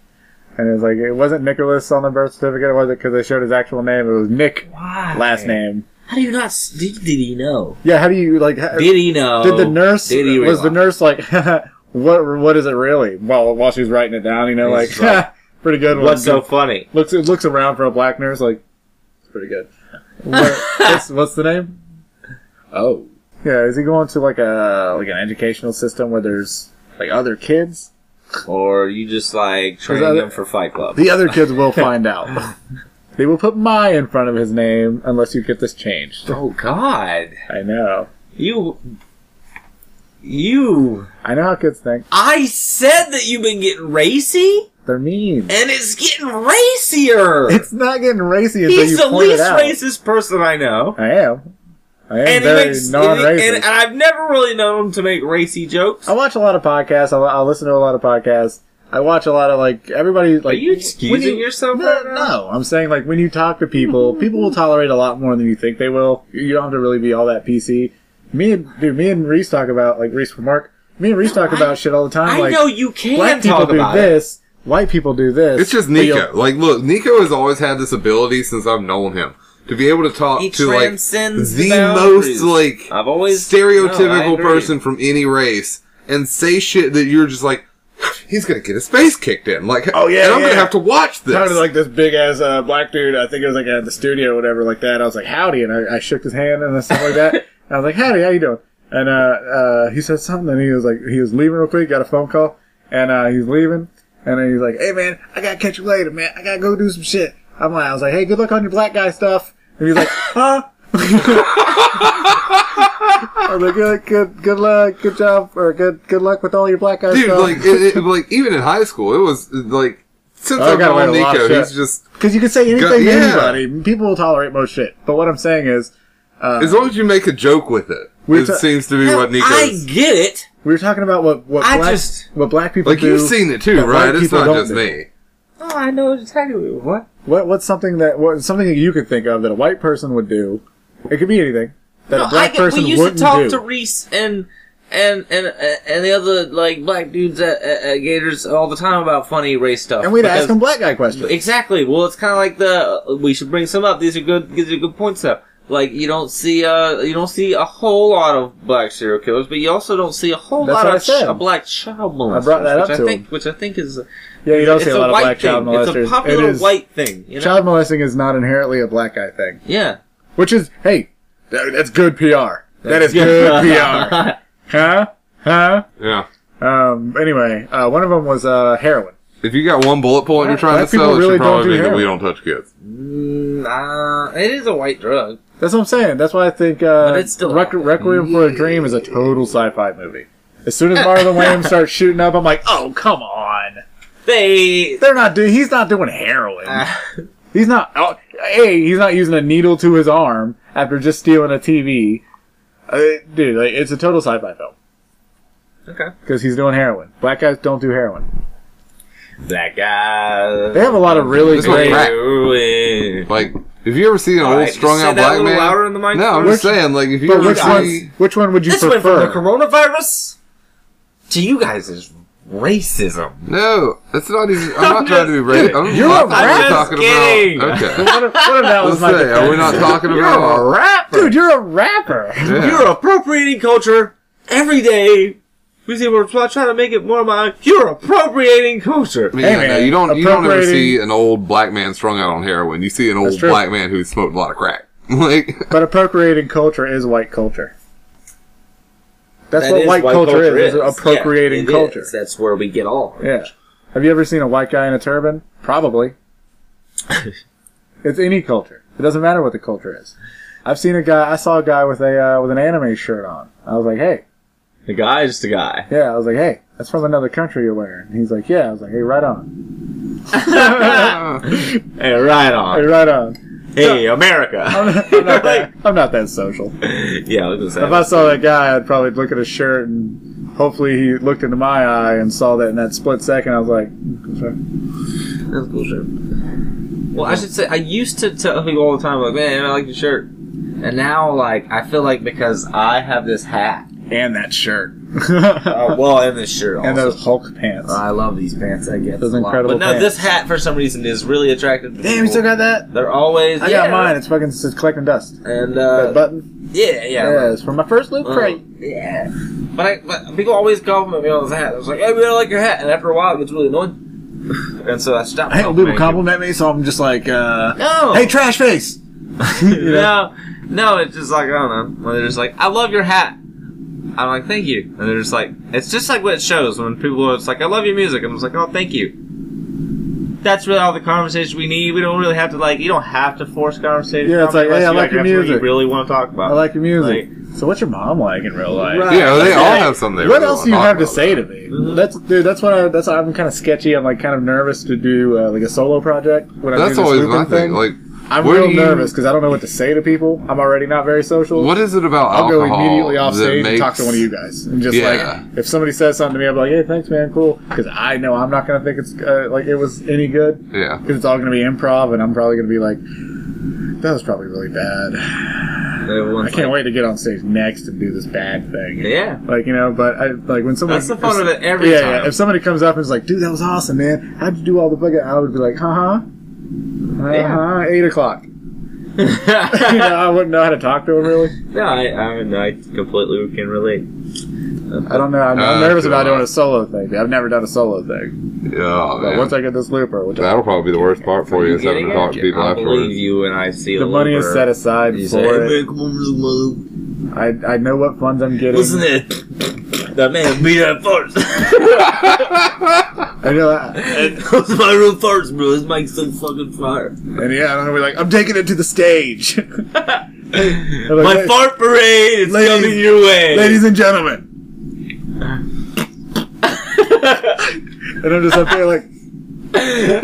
Speaker 4: And it's like it wasn't Nicholas on the birth certificate, was it? Because they showed his actual name. It was Nick
Speaker 2: Why?
Speaker 4: last name.
Speaker 2: How do you not? s- Did, did he know?
Speaker 4: Yeah, how do you like? How,
Speaker 2: Did he know?
Speaker 4: Uh, did the nurse
Speaker 2: Did he
Speaker 4: was the
Speaker 2: realize?
Speaker 4: nurse like [laughs] what? What is it really? While while she was writing it down, you know,
Speaker 2: And
Speaker 4: like
Speaker 2: she's like,
Speaker 4: [laughs] pretty good. one.
Speaker 2: What's so funny?
Speaker 4: looks it looks around for a black nurse like it's pretty
Speaker 2: [laughs]
Speaker 4: good. What- what's, what's the name?
Speaker 5: Oh.
Speaker 4: Yeah, is he going to like a like an educational system where there's like other kids?
Speaker 2: Or you just like
Speaker 4: that-
Speaker 2: training them for Fight Club?
Speaker 4: The other kids [laughs] will find out. they will put my in front of his name unless you get this changed.
Speaker 2: Oh God,
Speaker 4: I know.
Speaker 2: you, you.
Speaker 4: I know how kids think.
Speaker 2: I said that you've been getting racy,
Speaker 4: They're mean.
Speaker 2: and it's getting racier.
Speaker 4: It's not getting racy until
Speaker 2: He's
Speaker 4: you
Speaker 2: the
Speaker 4: point it
Speaker 2: least
Speaker 4: out.
Speaker 2: racist person I know.
Speaker 4: I am. I am
Speaker 2: And he
Speaker 4: very
Speaker 2: makes and,
Speaker 4: non-racist. Oh,
Speaker 2: and, and I've never really known him to make racy jokes.
Speaker 4: I watch a lot of podcasts. I, I listen to a lot of podcasts. I watch a lot of like everybody. Like,
Speaker 2: Are you
Speaker 4: when
Speaker 2: excusing yourself
Speaker 4: No,
Speaker 2: right now?
Speaker 4: no, I'm saying like when you talk to
Speaker 2: [laughs]
Speaker 4: people, people will tolerate a lot more than you think they will. You don't have to really be all that PC. Me and dude, me and Reese talk about like Reese from Mark. Me and Reese talk about shit all the time.
Speaker 2: I
Speaker 4: like,
Speaker 2: know you can
Speaker 4: black people
Speaker 2: talk
Speaker 4: do
Speaker 2: about it.
Speaker 4: this, white people do this.
Speaker 3: It's just
Speaker 4: but you'll-
Speaker 3: Nico. Like, look, Nico has always had this ability since I've known him to be able to talk
Speaker 2: He
Speaker 3: to like
Speaker 2: transcends
Speaker 3: the
Speaker 2: boundaries.
Speaker 3: most like
Speaker 2: I've always no, I
Speaker 3: stereotypical
Speaker 2: agree.
Speaker 3: person from any race and say shit that you're just like, [sighs] he's gonna get his face kicked in. Like,
Speaker 4: Oh, yeah,
Speaker 3: and I'm
Speaker 4: yeah.
Speaker 3: gonna have to watch this.
Speaker 4: Kind of like this big ass uh, black dude. I think it was like at the studio or whatever like that. I was like, "Howdy," and I, I shook his hand and stuff
Speaker 3: [laughs]
Speaker 4: like that. And I was like, "Howdy, how you doing?" And uh, uh, he said something, and he was like, he was leaving real quick. Got a phone call, and uh, he's leaving, and then he's like, "Hey man, I gotta catch you later, man. I gotta go do some shit." I'm like, I was like, "Hey, good luck on your black guy stuff." And
Speaker 3: [laughs]
Speaker 4: he's like, "Huh." [laughs] I was like, good, good, good luck, good job, or good, good luck with all your black guy
Speaker 3: dude,
Speaker 4: stuff.
Speaker 3: like, it, it- like even in high school, it was like since
Speaker 4: Oh, I
Speaker 3: I've
Speaker 4: got away
Speaker 3: known
Speaker 4: with a lot of
Speaker 3: Nico,
Speaker 4: shit.
Speaker 3: he's just
Speaker 4: Because you can say anything
Speaker 3: Go-
Speaker 4: to
Speaker 3: yeah.
Speaker 4: anybody. People will tolerate most shit. But what I'm saying is,
Speaker 3: as long as you make a joke with it.
Speaker 4: We're
Speaker 3: It
Speaker 4: ta-
Speaker 3: seems to be what Nico.
Speaker 2: I get it.
Speaker 4: we were talking about what what
Speaker 2: I
Speaker 4: black,
Speaker 2: just-
Speaker 4: what black people
Speaker 3: Like
Speaker 4: do.
Speaker 3: you've seen it too,
Speaker 4: that white
Speaker 3: right? It's
Speaker 4: people
Speaker 3: not
Speaker 4: don't
Speaker 3: just
Speaker 4: do.
Speaker 3: me.
Speaker 2: Oh, I know exactly what.
Speaker 4: What what's something that what something that you could think of that a white person would do? It could be anything that
Speaker 2: No,
Speaker 4: a
Speaker 2: I
Speaker 4: black
Speaker 2: get,
Speaker 4: person
Speaker 2: we used to
Speaker 4: wouldn't
Speaker 2: talk
Speaker 4: do.
Speaker 2: to Reese and and and and the other like black dudes at, at, at Gators all the time about funny race stuff.
Speaker 4: and we'd ask
Speaker 2: because-
Speaker 4: them black guy questions.
Speaker 2: Exactly. Well, it's kind of like the uh, we should bring some up. These are good. These are good points up. Like you don't see uh you don't see a whole lot of black serial killers, but you also don't see a whole
Speaker 4: That's
Speaker 2: lot
Speaker 4: what I
Speaker 2: of ch-
Speaker 4: said.
Speaker 2: a black child molesters.
Speaker 4: brought that up
Speaker 2: which
Speaker 4: to
Speaker 2: I
Speaker 4: him.
Speaker 2: think, which I think is
Speaker 4: yeah, you don't
Speaker 2: it's
Speaker 4: see a,
Speaker 2: a,
Speaker 4: lot of
Speaker 2: white
Speaker 4: black
Speaker 2: thing.
Speaker 4: child molesters.
Speaker 2: It's a
Speaker 4: It
Speaker 2: popular
Speaker 4: is-
Speaker 2: white thing. You know?
Speaker 4: Child molesting is not inherently a black guy thing,
Speaker 2: yeah.
Speaker 4: which is hey, that, that's good PR. That is
Speaker 2: [laughs]
Speaker 4: good PR. Huh? Huh?
Speaker 3: Yeah.
Speaker 4: Um. Anyway, uh, one of them was uh, heroin.
Speaker 3: If you got one bullet point you're trying
Speaker 4: Black
Speaker 3: to sell,
Speaker 4: people
Speaker 3: it
Speaker 4: really
Speaker 3: should
Speaker 4: don't do
Speaker 3: probably mean that we
Speaker 4: heroin.
Speaker 3: don't touch kids.
Speaker 4: Mm,
Speaker 2: Nah, it is a white drug.
Speaker 4: That's what I'm saying. That's why I think uh,
Speaker 2: But it's still-
Speaker 4: Requ- Requiem for a Dream is a total sci-fi movie. As soon as
Speaker 3: [laughs]
Speaker 4: Marlon Wayne starts shooting up, I'm like, oh come on,
Speaker 2: They
Speaker 4: they're not doing. He's not doing heroin.
Speaker 3: Ah.
Speaker 4: he's not. Oh, hey, he's not using a needle to his arm after just stealing a TV. Uh, dude, like, it's a total sci-fi film
Speaker 2: okay.
Speaker 4: because he's doing heroin. Black guys don't do heroin.
Speaker 2: Black guy.
Speaker 4: They have a lot of really
Speaker 3: This one
Speaker 4: great.
Speaker 3: cracked. Like, if you ever see an old
Speaker 2: right,
Speaker 3: strung
Speaker 2: say
Speaker 3: out
Speaker 2: that a
Speaker 3: black
Speaker 2: little
Speaker 3: man,
Speaker 2: louder in the microphone.
Speaker 3: no, I'm just saying, like, if you
Speaker 4: But
Speaker 3: ever
Speaker 4: which
Speaker 3: see,
Speaker 4: one? Which one would you
Speaker 2: This went from the
Speaker 4: prefer?
Speaker 2: coronavirus to you guys is racism.
Speaker 3: no, that's not even. I'm not trying to be
Speaker 2: just-
Speaker 3: racist. I'm,
Speaker 4: You're
Speaker 3: I'm
Speaker 4: a
Speaker 3: not
Speaker 2: racist.
Speaker 3: talking
Speaker 2: kidding.
Speaker 3: about. Okay,
Speaker 4: what, if, what if that was
Speaker 3: let's
Speaker 4: my
Speaker 3: say, are we
Speaker 4: defense?
Speaker 3: not talking
Speaker 2: You're a
Speaker 3: about?
Speaker 2: rapper.
Speaker 4: Dude, you're a rapper.
Speaker 3: Yeah.
Speaker 2: You're appropriating culture every day. We see we're try- trying to make it more mine. You're appropriating culture.
Speaker 3: I mean, yeah,
Speaker 4: Hey,
Speaker 3: no,
Speaker 4: man,
Speaker 3: you don't. You don't ever see
Speaker 4: appropriating-
Speaker 3: an old black man strung out on heroin. You see an old
Speaker 4: true.
Speaker 3: black man who smoked a lot of crack. [laughs] Like,
Speaker 4: But appropriating culture is white culture. That's
Speaker 2: That
Speaker 4: what
Speaker 2: is
Speaker 4: white, culture, is.
Speaker 2: Yeah,
Speaker 4: It's appropriating
Speaker 2: it is.
Speaker 4: culture.
Speaker 2: That's where we get all.
Speaker 4: Yeah. Have you ever seen a white guy in a turban?
Speaker 2: [laughs]
Speaker 4: Probably. it's any culture. It doesn't matter what the culture is. I've seen a guy. I saw a guy with a uh, with an anime shirt on. I was like, hey,
Speaker 7: The guy's just a
Speaker 4: [laughs]
Speaker 7: guy.
Speaker 4: yeah. I was like, hey, that's from another country you're wearing. He's like, yeah. I was like, hey, right on.
Speaker 7: Hey, right
Speaker 4: Hey,
Speaker 7: on.
Speaker 4: right on. [laughs]
Speaker 7: Hey, America.
Speaker 4: I'm not, I'm not that, I'm not that social.
Speaker 7: yeah, look at
Speaker 4: If I saw that guy, I'd probably look at his shirt and hopefully he looked into my eye and saw that in that split second. I was like, "Mm, sure."
Speaker 2: That's cool shirt.
Speaker 7: Well, I should say I used to tell people all the time, like, man, I like your shirt,
Speaker 2: And now, like, I feel like because I have this hat.
Speaker 4: and that
Speaker 2: [laughs]
Speaker 4: shirt,
Speaker 2: Uh, well, and this shirt
Speaker 4: [laughs]
Speaker 2: also.
Speaker 4: and those Hulk pants.
Speaker 2: I love these pants. I get
Speaker 4: Those
Speaker 2: a lot.
Speaker 4: incredible
Speaker 2: But no,
Speaker 4: pants.
Speaker 2: this hat for some reason is really attractive. To
Speaker 4: Damn, you
Speaker 2: people.
Speaker 4: still got that?
Speaker 2: They're always.
Speaker 4: I
Speaker 2: yeah,
Speaker 4: got mine. It's fucking it's just collecting dust.
Speaker 2: And
Speaker 4: that
Speaker 2: uh,
Speaker 4: button.
Speaker 2: yeah, yeah,
Speaker 4: Yeah, it's from my first loot
Speaker 2: Uh,
Speaker 4: crate.
Speaker 2: yeah. But I but people always compliment me on this hat. I was like, hey, we don't like your hat. And after a while, it gets really annoying. and so I stopped.
Speaker 4: I hate when people
Speaker 2: complimenting
Speaker 4: compliment me, so I'm just like, uh,
Speaker 2: No.
Speaker 4: "Hey, trash [laughs] face."
Speaker 2: [laughs]
Speaker 4: You know?
Speaker 2: No, no, it's just like I don't know. When they're just like, "I love your hat," I'm like, "Thank you," and they're just like, it's just like what it shows when people are just like, "I love your music," and I'm just like, "Oh, thank you." That's really all the conversation we need. We don't really have to like, you don't have to force conversation.
Speaker 4: Yeah, it's like,
Speaker 2: unless
Speaker 4: hey, I
Speaker 2: you,
Speaker 4: like your
Speaker 2: that's what you
Speaker 4: music.
Speaker 2: really want to talk about?
Speaker 4: I like your music. so, what's your mom like in real life?
Speaker 3: Yeah, they all have something.
Speaker 4: What else do you have to say to me? That's dude. That's what I. That's I'm kind of sketchy. I'm like kind of nervous to do uh, like a solo project. When I do
Speaker 3: That's
Speaker 4: this
Speaker 3: always
Speaker 4: looping
Speaker 3: my thing. Like,
Speaker 4: I'm
Speaker 3: where
Speaker 4: real
Speaker 3: do you-
Speaker 4: nervous because I don't know what to say to people. I'm already not very social.
Speaker 3: what is it about
Speaker 4: I'll go
Speaker 3: alcohol
Speaker 4: immediately off
Speaker 3: that
Speaker 4: stage and talk
Speaker 3: makes-
Speaker 4: to one of you guys, and just
Speaker 3: Yeah.
Speaker 4: like if somebody says something to me, I'm like, "Hey, thanks, man, cool," because I know I'm not gonna think it's uh, like it was any good.
Speaker 3: Yeah.
Speaker 4: Because it's all going to be improv, and I'm probably going to be like, that was probably really bad. I
Speaker 2: Everyone's
Speaker 4: can't
Speaker 2: like-
Speaker 4: wait to get on stage next and do this bad thing.
Speaker 2: Yeah.
Speaker 4: Like, you know, but I, like when somebody.
Speaker 2: That's the fun of it every
Speaker 4: Yeah,
Speaker 2: time. [laughs]
Speaker 4: yeah. If somebody comes up and is like, dude, that was awesome, man. How'd you do all the bucket? I would be like, huh huh. Uh huh. Eight o'clock. [laughs] you know, I wouldn't know how to talk to him really.
Speaker 2: no, I, I, mean, I completely can relate.
Speaker 4: I don't know. I'm, I'm
Speaker 3: Uh,
Speaker 4: nervous
Speaker 3: sure.
Speaker 4: about doing a solo thing. I've never done a solo thing.
Speaker 3: Yeah, oh,
Speaker 4: But
Speaker 3: man.
Speaker 4: once I get this looper, which I,
Speaker 3: That'll probably be the worst part for you is having to talk to people
Speaker 2: I
Speaker 3: afterwards.
Speaker 2: believe you and I see
Speaker 4: the money is set aside
Speaker 2: You say,
Speaker 4: for
Speaker 2: "Hey,
Speaker 4: it.
Speaker 2: man, come over to the mother-
Speaker 4: I, I know what funds I'm getting.
Speaker 2: Listen to that. That man beat that [laughs] first.
Speaker 4: I know. I,
Speaker 2: Those my real farts, bro. This mic's so fucking fire.
Speaker 4: And yeah, I don't know. We're like, I'm taking it to the stage. [laughs] They're like,
Speaker 2: My
Speaker 4: "Ladies-
Speaker 2: fart parade is
Speaker 4: ladies-
Speaker 2: coming your way.
Speaker 4: ladies and [laughs] gentlemen. and I'm just up there like. a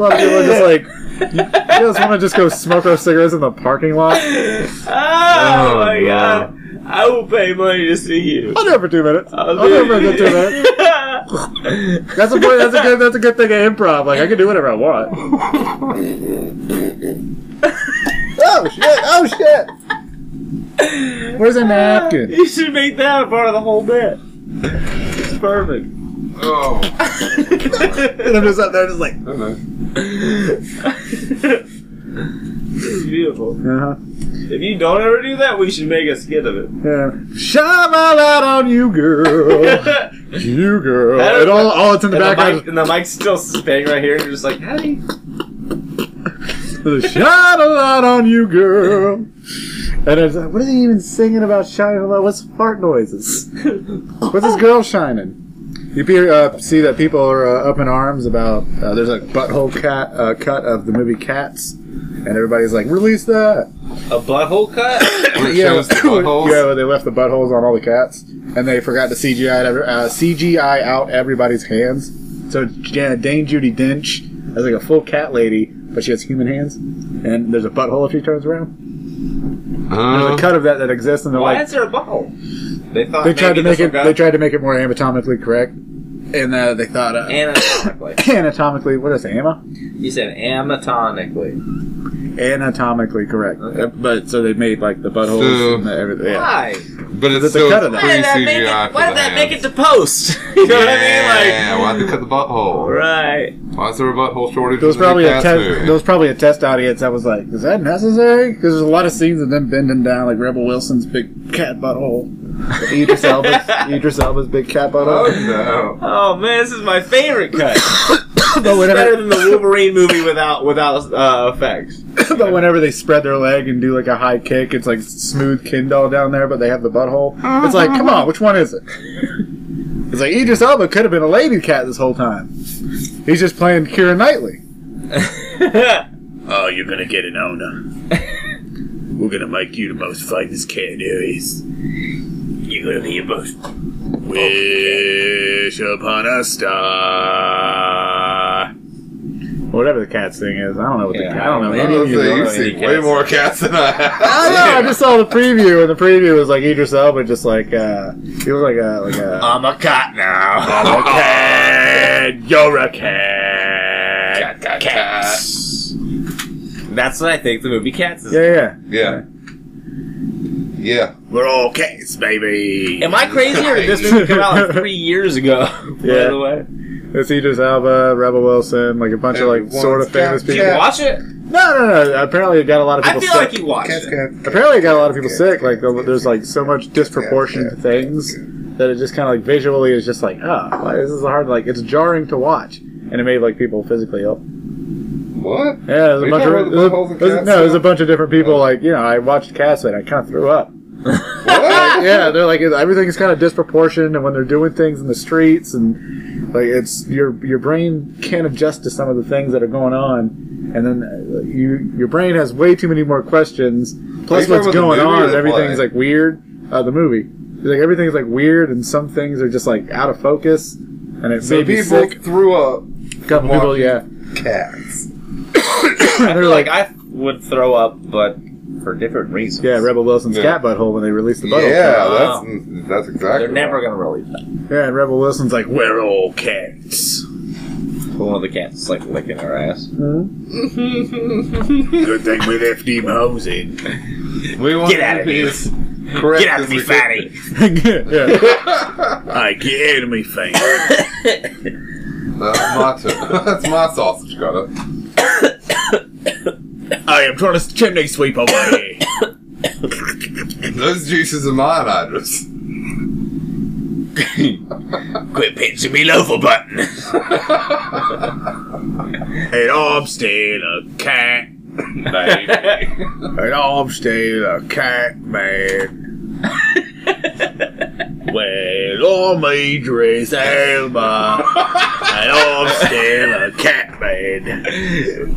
Speaker 4: lot of people are just like, you guys want to just go smoke our cigarettes in the parking lot?
Speaker 2: [laughs] Oh,
Speaker 3: Oh,
Speaker 2: my
Speaker 3: no.
Speaker 2: god. I will pay money to see you.
Speaker 4: I'll do it for two minutes. [laughs] I'll, do it for a good two minutes.
Speaker 2: minutes.
Speaker 4: That's a point, that's a good that's a good thing at improv. Like I can do whatever I want. oh shit! Oh shit! Where's a napkin?
Speaker 2: [laughs]
Speaker 4: [laughs]
Speaker 2: You should make that a part of the whole bit. It's perfect. [laughs]
Speaker 3: oh,
Speaker 4: And I'm just up there, just like.
Speaker 3: I don't know.
Speaker 2: this is beautiful.
Speaker 4: Uh-huh.
Speaker 2: If you don't ever do that, we should make a skit of it.
Speaker 4: Yeah. Shine my light on you,
Speaker 2: [laughs]
Speaker 4: girl. you, girl.
Speaker 2: I don't
Speaker 4: And all, all it's in the
Speaker 2: and, the
Speaker 4: background.
Speaker 2: mic, and the mic's still spinning right here, and you're just like, hey.
Speaker 4: is, Shine a light on you, girl. And I was like, what are they even singing about shining a light? What's fart noises? What's this girl shining? You peer, uh, see that people are uh, up in arms about. Uh, there's a butthole cat uh, cut of the movie Cats, and everybody's like, "Release that!"
Speaker 2: A butthole cut?
Speaker 3: When it
Speaker 4: yeah,
Speaker 3: shows the buttholes.
Speaker 4: yeah. They left the buttholes on all the cats, and they forgot to CGI out, every, uh, CGI out everybody's hands. So Jan- Dame Judy Dench has like a full cat lady, but she has human hands, and there's a butthole if she turns around. There's
Speaker 3: Huh?
Speaker 4: a cut of that that exists, and [laughs] they're
Speaker 2: Why
Speaker 4: like,
Speaker 2: is there a butthole? They thought
Speaker 4: they tried to make it. They
Speaker 2: They
Speaker 4: tried to make it more anatomically correct, and uh, they thought uh,
Speaker 2: anatomically.
Speaker 4: [coughs] anatomically. What is it, Emma?
Speaker 2: you said anatomically.
Speaker 4: Anatomically correct.
Speaker 2: Okay.
Speaker 4: Uh, But so they made like the buttholes
Speaker 3: So-
Speaker 4: and the, everything. Yeah.
Speaker 2: Why?
Speaker 3: But it's
Speaker 4: It's a
Speaker 3: still
Speaker 4: cut of that.
Speaker 3: pre
Speaker 2: Why did that make
Speaker 3: CGI.
Speaker 2: it? Why did that make it to post? [laughs] you know what I
Speaker 3: yeah,
Speaker 2: mean? Like,
Speaker 3: why'd they cut the butthole?
Speaker 2: right?
Speaker 3: Why is there a butthole shortage?
Speaker 4: There was
Speaker 3: in the new
Speaker 4: probably a
Speaker 3: Cats
Speaker 4: test.
Speaker 3: movie? [laughs]
Speaker 4: There was probably a test audience that was like, "Is that necessary?" Because there's a lot of scenes of them bending down, like Rebel Wilson's big cat butthole, Idris Elba's Idris Elba's big cat butthole.
Speaker 3: Oh
Speaker 4: [laughs]
Speaker 2: Oh man, this is my favorite cut.
Speaker 4: but
Speaker 5: better
Speaker 4: whenever,
Speaker 5: than the Wolverine movie without without uh,
Speaker 2: [laughs]
Speaker 5: effects.
Speaker 4: [laughs] but whenever they spread their leg and do like a high kick, it's like smooth Kindle down there, but they have the butthole. It's like, come on, which one is it? [laughs] It's like Idris Elba could have been a lady cat this whole time. He's just playing Kira Knightley.
Speaker 6: Oh, you're gonna get an
Speaker 4: [laughs]
Speaker 6: owner. We're gonna make you the most famous cat there is. You're gonna be a most. Wish upon a star.
Speaker 4: Whatever the cat's thing is, I don't know what
Speaker 2: Yeah,
Speaker 4: the cat. I don't know.
Speaker 2: I
Speaker 4: Maybe
Speaker 3: I was
Speaker 4: you
Speaker 3: saying,
Speaker 4: know.
Speaker 3: you've seen way more cats than I have.
Speaker 4: [laughs] I know. I just saw the preview, and the preview was like Idris Elba, just like uh, he was like a like a.
Speaker 6: I'm a cat
Speaker 4: [laughs]
Speaker 6: now. I'm a cat. You're a cat.
Speaker 3: Cat, cat, cat.
Speaker 5: That's what I think the movie Cats is.
Speaker 4: yeah, yeah.
Speaker 3: Yeah. Yeah.
Speaker 6: We're all cats, baby.
Speaker 5: Am I crazy or did this movie come out
Speaker 4: [laughs]
Speaker 5: like three years ago?
Speaker 2: [laughs]
Speaker 4: Yeah.
Speaker 5: By the way,
Speaker 4: It's Idris Alba, Rebel Wilson, like a bunch of like
Speaker 3: Everyone's
Speaker 4: sort of famous
Speaker 3: got
Speaker 4: people.
Speaker 5: did you watch it?
Speaker 4: No, no, no. Apparently, it got a lot of
Speaker 5: I
Speaker 4: people
Speaker 5: feel
Speaker 4: sick.
Speaker 5: like you watched it.
Speaker 4: Apparently, it got a lot of people sick. Like the, there's like so much disproportionate things that it just kind of like visually is just like, ah, why this is hard. Like it's jarring to watch, and it made like people physically ill.
Speaker 3: What?
Speaker 4: [laughs] Yeah, there's
Speaker 3: Are
Speaker 4: a
Speaker 3: you
Speaker 4: bunch
Speaker 3: talking about
Speaker 4: of
Speaker 3: the
Speaker 4: there's,
Speaker 3: buttholes and
Speaker 4: there's-
Speaker 3: cats
Speaker 4: no, there's
Speaker 3: now?
Speaker 4: a bunch of different people. Like you know, I watched Cats and I kind of threw up.
Speaker 3: What?
Speaker 4: yeah, they're like everything's kind of disproportioned, and when they're doing things in the streets, and like it's your your brain can't adjust to some of the things that are going on, and then uh, you your brain has way too many more questions. Plus,
Speaker 3: talking
Speaker 4: what's
Speaker 3: about the
Speaker 4: going
Speaker 3: movie or
Speaker 4: on?
Speaker 3: the
Speaker 4: Everything's
Speaker 3: play?
Speaker 4: like weird. Uh, the movie, It's like everything's like weird, and some things are just like out of focus, and it
Speaker 3: So
Speaker 4: made me
Speaker 3: people
Speaker 4: sick.
Speaker 3: threw up
Speaker 4: Couple people,
Speaker 3: [laughs]
Speaker 4: yeah,
Speaker 3: cats.
Speaker 4: they're like,
Speaker 2: Like I would throw up, but for different reasons.
Speaker 4: [laughs] yeah, Rebel Wilson's
Speaker 3: Yeah.
Speaker 4: cat butthole when they released the
Speaker 3: Yeah,
Speaker 4: butthole.
Speaker 3: that's that's exactly.
Speaker 2: They're never gonna release that.
Speaker 4: yeah, and Rebel Wilson's like,
Speaker 6: We're all cats.
Speaker 2: But one of the cats is like licking her ass.
Speaker 6: Good thing we left them hoes in.
Speaker 3: We want
Speaker 6: Get out of here.
Speaker 2: [laughs]
Speaker 3: Correct
Speaker 6: Get out of me, fatty.
Speaker 4: yeah.
Speaker 6: I get out of me, fatty.
Speaker 3: That's matzo. [laughs] that's my sausage got up.
Speaker 6: I am trying to chimney sweep away.
Speaker 3: Those juices are mine, Idris.
Speaker 6: Quit pinching me loafer button. and I'm still a cat.
Speaker 3: Baby.
Speaker 6: And I'm still a cat man. well, I'm Idris Elba. and I'm still a cat man.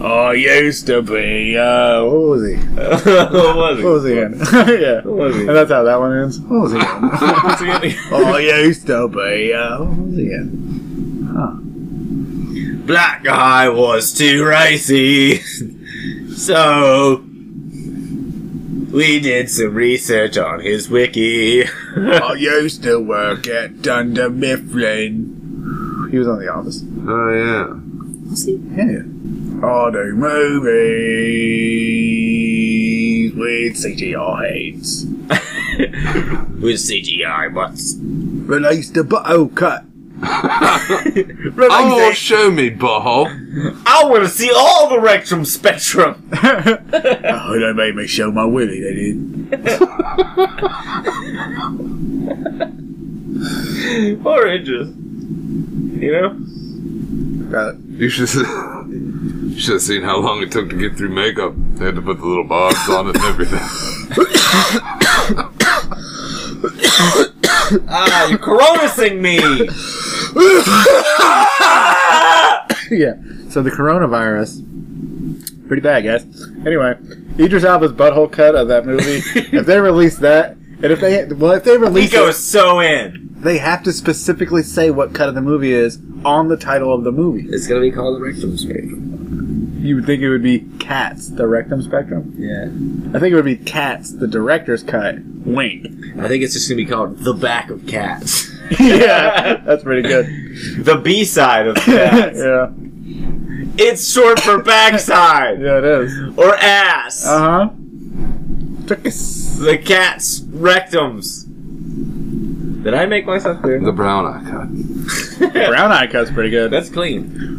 Speaker 6: I used to be uh, a.
Speaker 4: What was he?
Speaker 5: what was
Speaker 4: What was he
Speaker 6: [laughs]
Speaker 4: in? yeah.
Speaker 5: was he?
Speaker 4: And that's how that one ends. What was he in?
Speaker 5: [laughs]
Speaker 6: I used to be a.
Speaker 4: was he in?
Speaker 5: Black guy was too racy, so we did some research on his wiki.
Speaker 6: I used to work at Dunder Mifflin.
Speaker 4: He was on The Office.
Speaker 3: oh [laughs] yeah.
Speaker 4: Yeah.
Speaker 6: I do movies with CGI heads.
Speaker 5: With CGI, but
Speaker 6: Release the butthole cut. Release
Speaker 3: Oh,
Speaker 6: it.
Speaker 3: show me, butthole.
Speaker 5: I want to see all the rectum
Speaker 4: [laughs]
Speaker 5: spectrum.
Speaker 6: [laughs] Oh, they made me show my willy, they did.
Speaker 5: Or inches, you know.
Speaker 6: Uh,
Speaker 3: You should [laughs] you should have seen how long it took to get through makeup. They had to put the little bobs on it and
Speaker 4: [laughs]
Speaker 3: everything.
Speaker 5: Ah, you're coronasing
Speaker 4: [laughs]
Speaker 2: [laughs]
Speaker 5: me. [laughs]
Speaker 4: yeah. So the coronavirus. Pretty bad, guys. Anyway, Idris Alba's butthole cut of that movie. if they release that, and if they well, if they release
Speaker 5: Nico
Speaker 4: it,
Speaker 5: is so in.
Speaker 4: they have to specifically say what cut of the movie is on the title of the movie.
Speaker 2: It's gonna be called the rectum spray.
Speaker 4: You would think it would be Cats, the Rectum Spectrum.
Speaker 2: Yeah.
Speaker 4: I think it would be Cats, the director's cut.
Speaker 6: Wink.
Speaker 2: I think it's just gonna be called the back of cats.
Speaker 4: [laughs] yeah, that's pretty good.
Speaker 5: The B side of the cats.
Speaker 4: [laughs] yeah,
Speaker 5: It's short for
Speaker 4: [laughs]
Speaker 5: backside
Speaker 4: yeah, it is.
Speaker 5: or ass.
Speaker 4: Uh huh. Took us.
Speaker 5: The cat's rectums.
Speaker 7: Did I make
Speaker 5: [laughs]
Speaker 7: myself clear?
Speaker 3: The brown eye cut.
Speaker 4: Brown eye cut's pretty good.
Speaker 7: That's clean.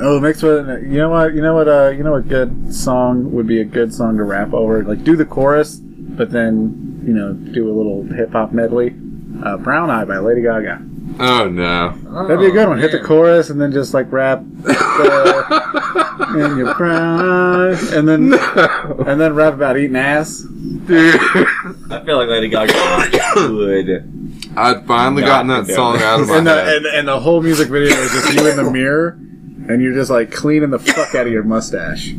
Speaker 4: Oh, mixed with you know what you know what uh you know what good song would be a good song to rap over like do the chorus but then you know do a little hip hop medley. Uh, Brown Eye by Lady Gaga.
Speaker 3: Oh no. [laughs]
Speaker 4: That'd be a good one. Hit the chorus and then just like rap uh, in your brown eyes, and then and then rap about eating ass.
Speaker 3: Dude.
Speaker 2: I feel like Lady [coughs] Gaga would.
Speaker 3: I'd finally gotten
Speaker 2: God
Speaker 3: that
Speaker 2: damn
Speaker 3: song
Speaker 2: it.
Speaker 3: out of my
Speaker 4: And the,
Speaker 3: head.
Speaker 4: and, and the whole music video is just you in the mirror, and you're just like cleaning the fuck out of your mustache,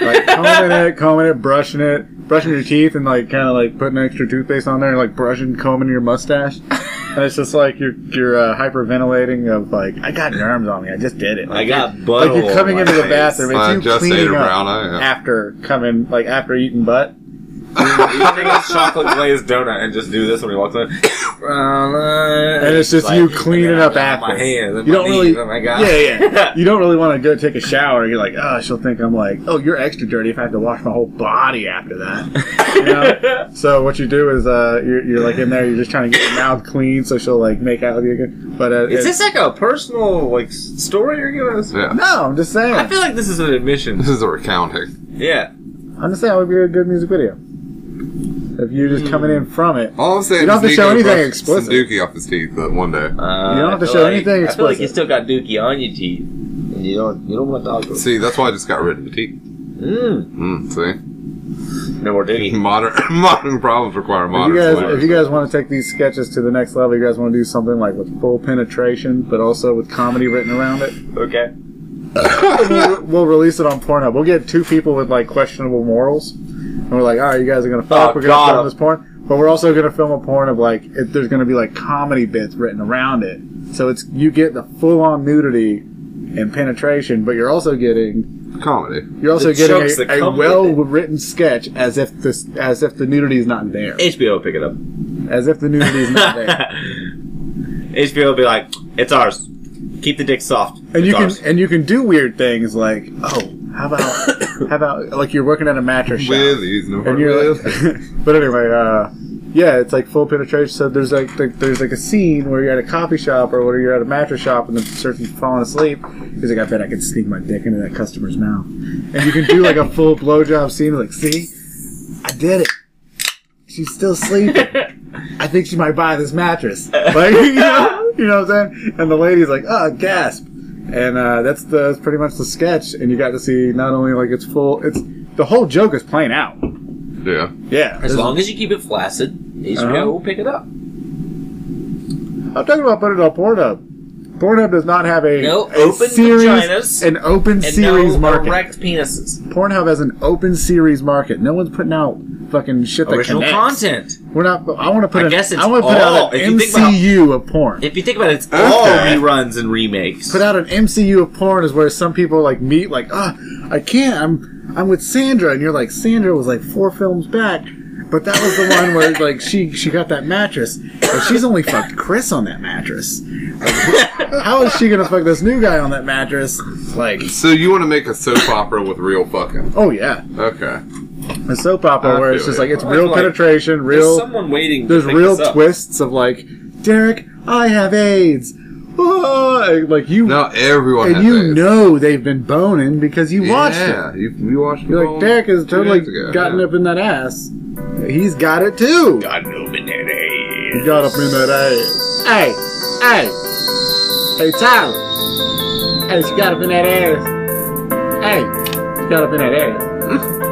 Speaker 4: like combing it, combing it, brushing it, brushing your teeth, and like kind of like putting extra toothpaste on there, and like brushing, combing your mustache. And it's just like you're you're uh, hyperventilating of like I got germs on me, I just did it.
Speaker 2: I
Speaker 4: Like,
Speaker 2: got butt.
Speaker 4: like you're coming into the bathroom,
Speaker 3: I
Speaker 4: it's you
Speaker 3: just ate a
Speaker 4: cleaning
Speaker 3: brown
Speaker 4: up
Speaker 3: eye. yeah.
Speaker 4: after coming like after eating butt.
Speaker 2: You take a chocolate glazed donut and just do this when he walks in.
Speaker 4: And
Speaker 2: and
Speaker 4: it's just you cleaning up after.
Speaker 2: My hands. And
Speaker 4: You
Speaker 2: my
Speaker 4: don't
Speaker 2: knees,
Speaker 4: really-
Speaker 2: Oh my god.
Speaker 4: Yeah,
Speaker 2: [laughs]
Speaker 4: yeah. you don't really want to go take a shower. You're like, oh, she'll think I'm like, oh, you're extra dirty if I have to wash my whole body after
Speaker 2: [laughs]
Speaker 4: that. You know? So what you do is uh, you're, you're like in there, you're just trying to get your mouth clean so she'll like make out with you again. But uh,
Speaker 7: Is
Speaker 4: it-
Speaker 7: this like a personal like s- story you're giving us?
Speaker 3: Yeah.
Speaker 4: No, I'm just
Speaker 7: I
Speaker 4: saying.
Speaker 7: feel like this is an
Speaker 4: [laughs]
Speaker 7: admission.
Speaker 3: This is a recounting.
Speaker 7: Yeah.
Speaker 4: I'm just saying it would be a good music video. If you're just coming in from it,
Speaker 3: All I'm saying
Speaker 4: You don't
Speaker 3: is
Speaker 4: have to
Speaker 3: Nico
Speaker 4: show anything
Speaker 3: brushed
Speaker 4: explicit.
Speaker 3: Sanduki off his teeth uh, one day.
Speaker 2: Uh,
Speaker 4: You don't have to
Speaker 2: I feel
Speaker 4: show
Speaker 2: like-
Speaker 4: anything
Speaker 2: I feel like
Speaker 4: explicit.
Speaker 2: you still got dookie on your teeth, and you don't you don't want dog food.
Speaker 3: See, that's why I just got rid of the teeth.
Speaker 2: Mm.
Speaker 3: Mm, see,
Speaker 4: Mm.
Speaker 2: No more
Speaker 4: [laughs]
Speaker 2: dookie.
Speaker 3: modern [laughs] modern problems require
Speaker 4: if you
Speaker 3: modern
Speaker 4: guys
Speaker 3: solutions.
Speaker 4: if you guys want to take these sketches to the next level, you guys want to do something like with full penetration, but also with comedy written around it.
Speaker 2: Okay.
Speaker 4: we'll, we'll release it on Pornhub. We'll get two people with like questionable morals, and we're like, all right, you guys are gonna fuck.
Speaker 2: Oh,
Speaker 4: we're
Speaker 2: God.
Speaker 4: gonna film this porn, but we're also gonna film a porn of like if there's gonna be like comedy bits written around it. So it's you get the full on nudity and penetration, but you're also getting
Speaker 3: Comedy.
Speaker 4: you're also
Speaker 2: The jokes
Speaker 4: getting
Speaker 2: that
Speaker 4: a, a
Speaker 2: come with
Speaker 4: well
Speaker 2: it.
Speaker 4: written sketch as if this as if the nudity is not there,
Speaker 2: HBO will pick it up.
Speaker 4: as if the nudity is not
Speaker 2: [laughs]
Speaker 4: there,
Speaker 2: HBO will be like, it's ours. Keep the dick soft.
Speaker 4: and
Speaker 2: it's
Speaker 4: you can
Speaker 2: ours.
Speaker 4: and you can do weird things like oh how about how about like you're working at a mattress shop.
Speaker 3: With these no
Speaker 4: and you're like, [laughs] but anyway, uh, yeah, it's like full penetration. So there's like th- there's like a scene where you're at a coffee shop or where you're at a mattress shop and the person's falling asleep. He's like, I bet I could sneak my dick into that customer's mouth, and you can do like a full blowjob scene. Like, see, I did it. She's still sleeping. I think she might buy this mattress. Like, [laughs] you know, you know what I'm saying? And the lady's like, oh, gasp. And uh, that's the that's pretty much the sketch. And you got to see not only like it's full, it's the whole joke is playing out.
Speaker 3: yeah.
Speaker 4: Yeah.
Speaker 2: as long as you keep it flaccid, HBO
Speaker 4: Uh-huh.
Speaker 2: will pick it up.
Speaker 4: I'm talking about putting it on Pornhub. Pornhub does not have a,
Speaker 2: No
Speaker 4: a
Speaker 2: open
Speaker 4: series,
Speaker 2: vaginas
Speaker 4: an open
Speaker 2: And
Speaker 4: series
Speaker 2: no
Speaker 4: market.
Speaker 2: erect penises.
Speaker 4: Pornhub has an open series market. No one's putting out fucking shit that
Speaker 2: Original
Speaker 4: connects.
Speaker 2: content.
Speaker 4: We're not. I want to put.
Speaker 2: I
Speaker 4: an-
Speaker 2: guess it's
Speaker 4: I want to put
Speaker 2: all-
Speaker 4: out
Speaker 2: if
Speaker 4: an
Speaker 2: you think about-
Speaker 4: MCU of porn.
Speaker 2: If you think about it, it's all reruns and remakes.
Speaker 4: put out an MCU of porn is where some people like meet like ah I can't I'm I'm with Sandra and you're like Sandra was like four films back but that was the one where [laughs] like she she got that mattress but she's only fucked Chris on that mattress Like, how is she gonna fuck this new guy on that mattress like
Speaker 3: So you want to make a soap opera with real fucking?
Speaker 4: oh yeah
Speaker 3: Okay.
Speaker 4: a soap opera
Speaker 3: I
Speaker 4: where it's
Speaker 3: feel
Speaker 4: just
Speaker 3: you.
Speaker 4: like it's
Speaker 2: I
Speaker 4: real
Speaker 2: feel like
Speaker 4: penetration
Speaker 2: There's
Speaker 4: real
Speaker 2: someone waiting.
Speaker 4: there's
Speaker 2: to pick
Speaker 4: real
Speaker 2: this up.
Speaker 4: twists of like Derek I have AIDS Ah, like you
Speaker 3: Now everyone
Speaker 4: and
Speaker 3: has
Speaker 4: you
Speaker 3: AIDS.
Speaker 4: know they've been boning because you
Speaker 3: yeah,
Speaker 4: watched it.
Speaker 3: You, you watched it.
Speaker 4: You're
Speaker 3: all
Speaker 4: like, Derek has
Speaker 3: two
Speaker 4: totally
Speaker 3: days ago,
Speaker 4: gotten
Speaker 3: yeah.
Speaker 4: up in that ass. He's got it too.
Speaker 2: God, no, but there it is.
Speaker 4: He got up in that ass. Hey, hey, hey, Tyler. Hey, she got up in that ass. Hey, she got up in that ass.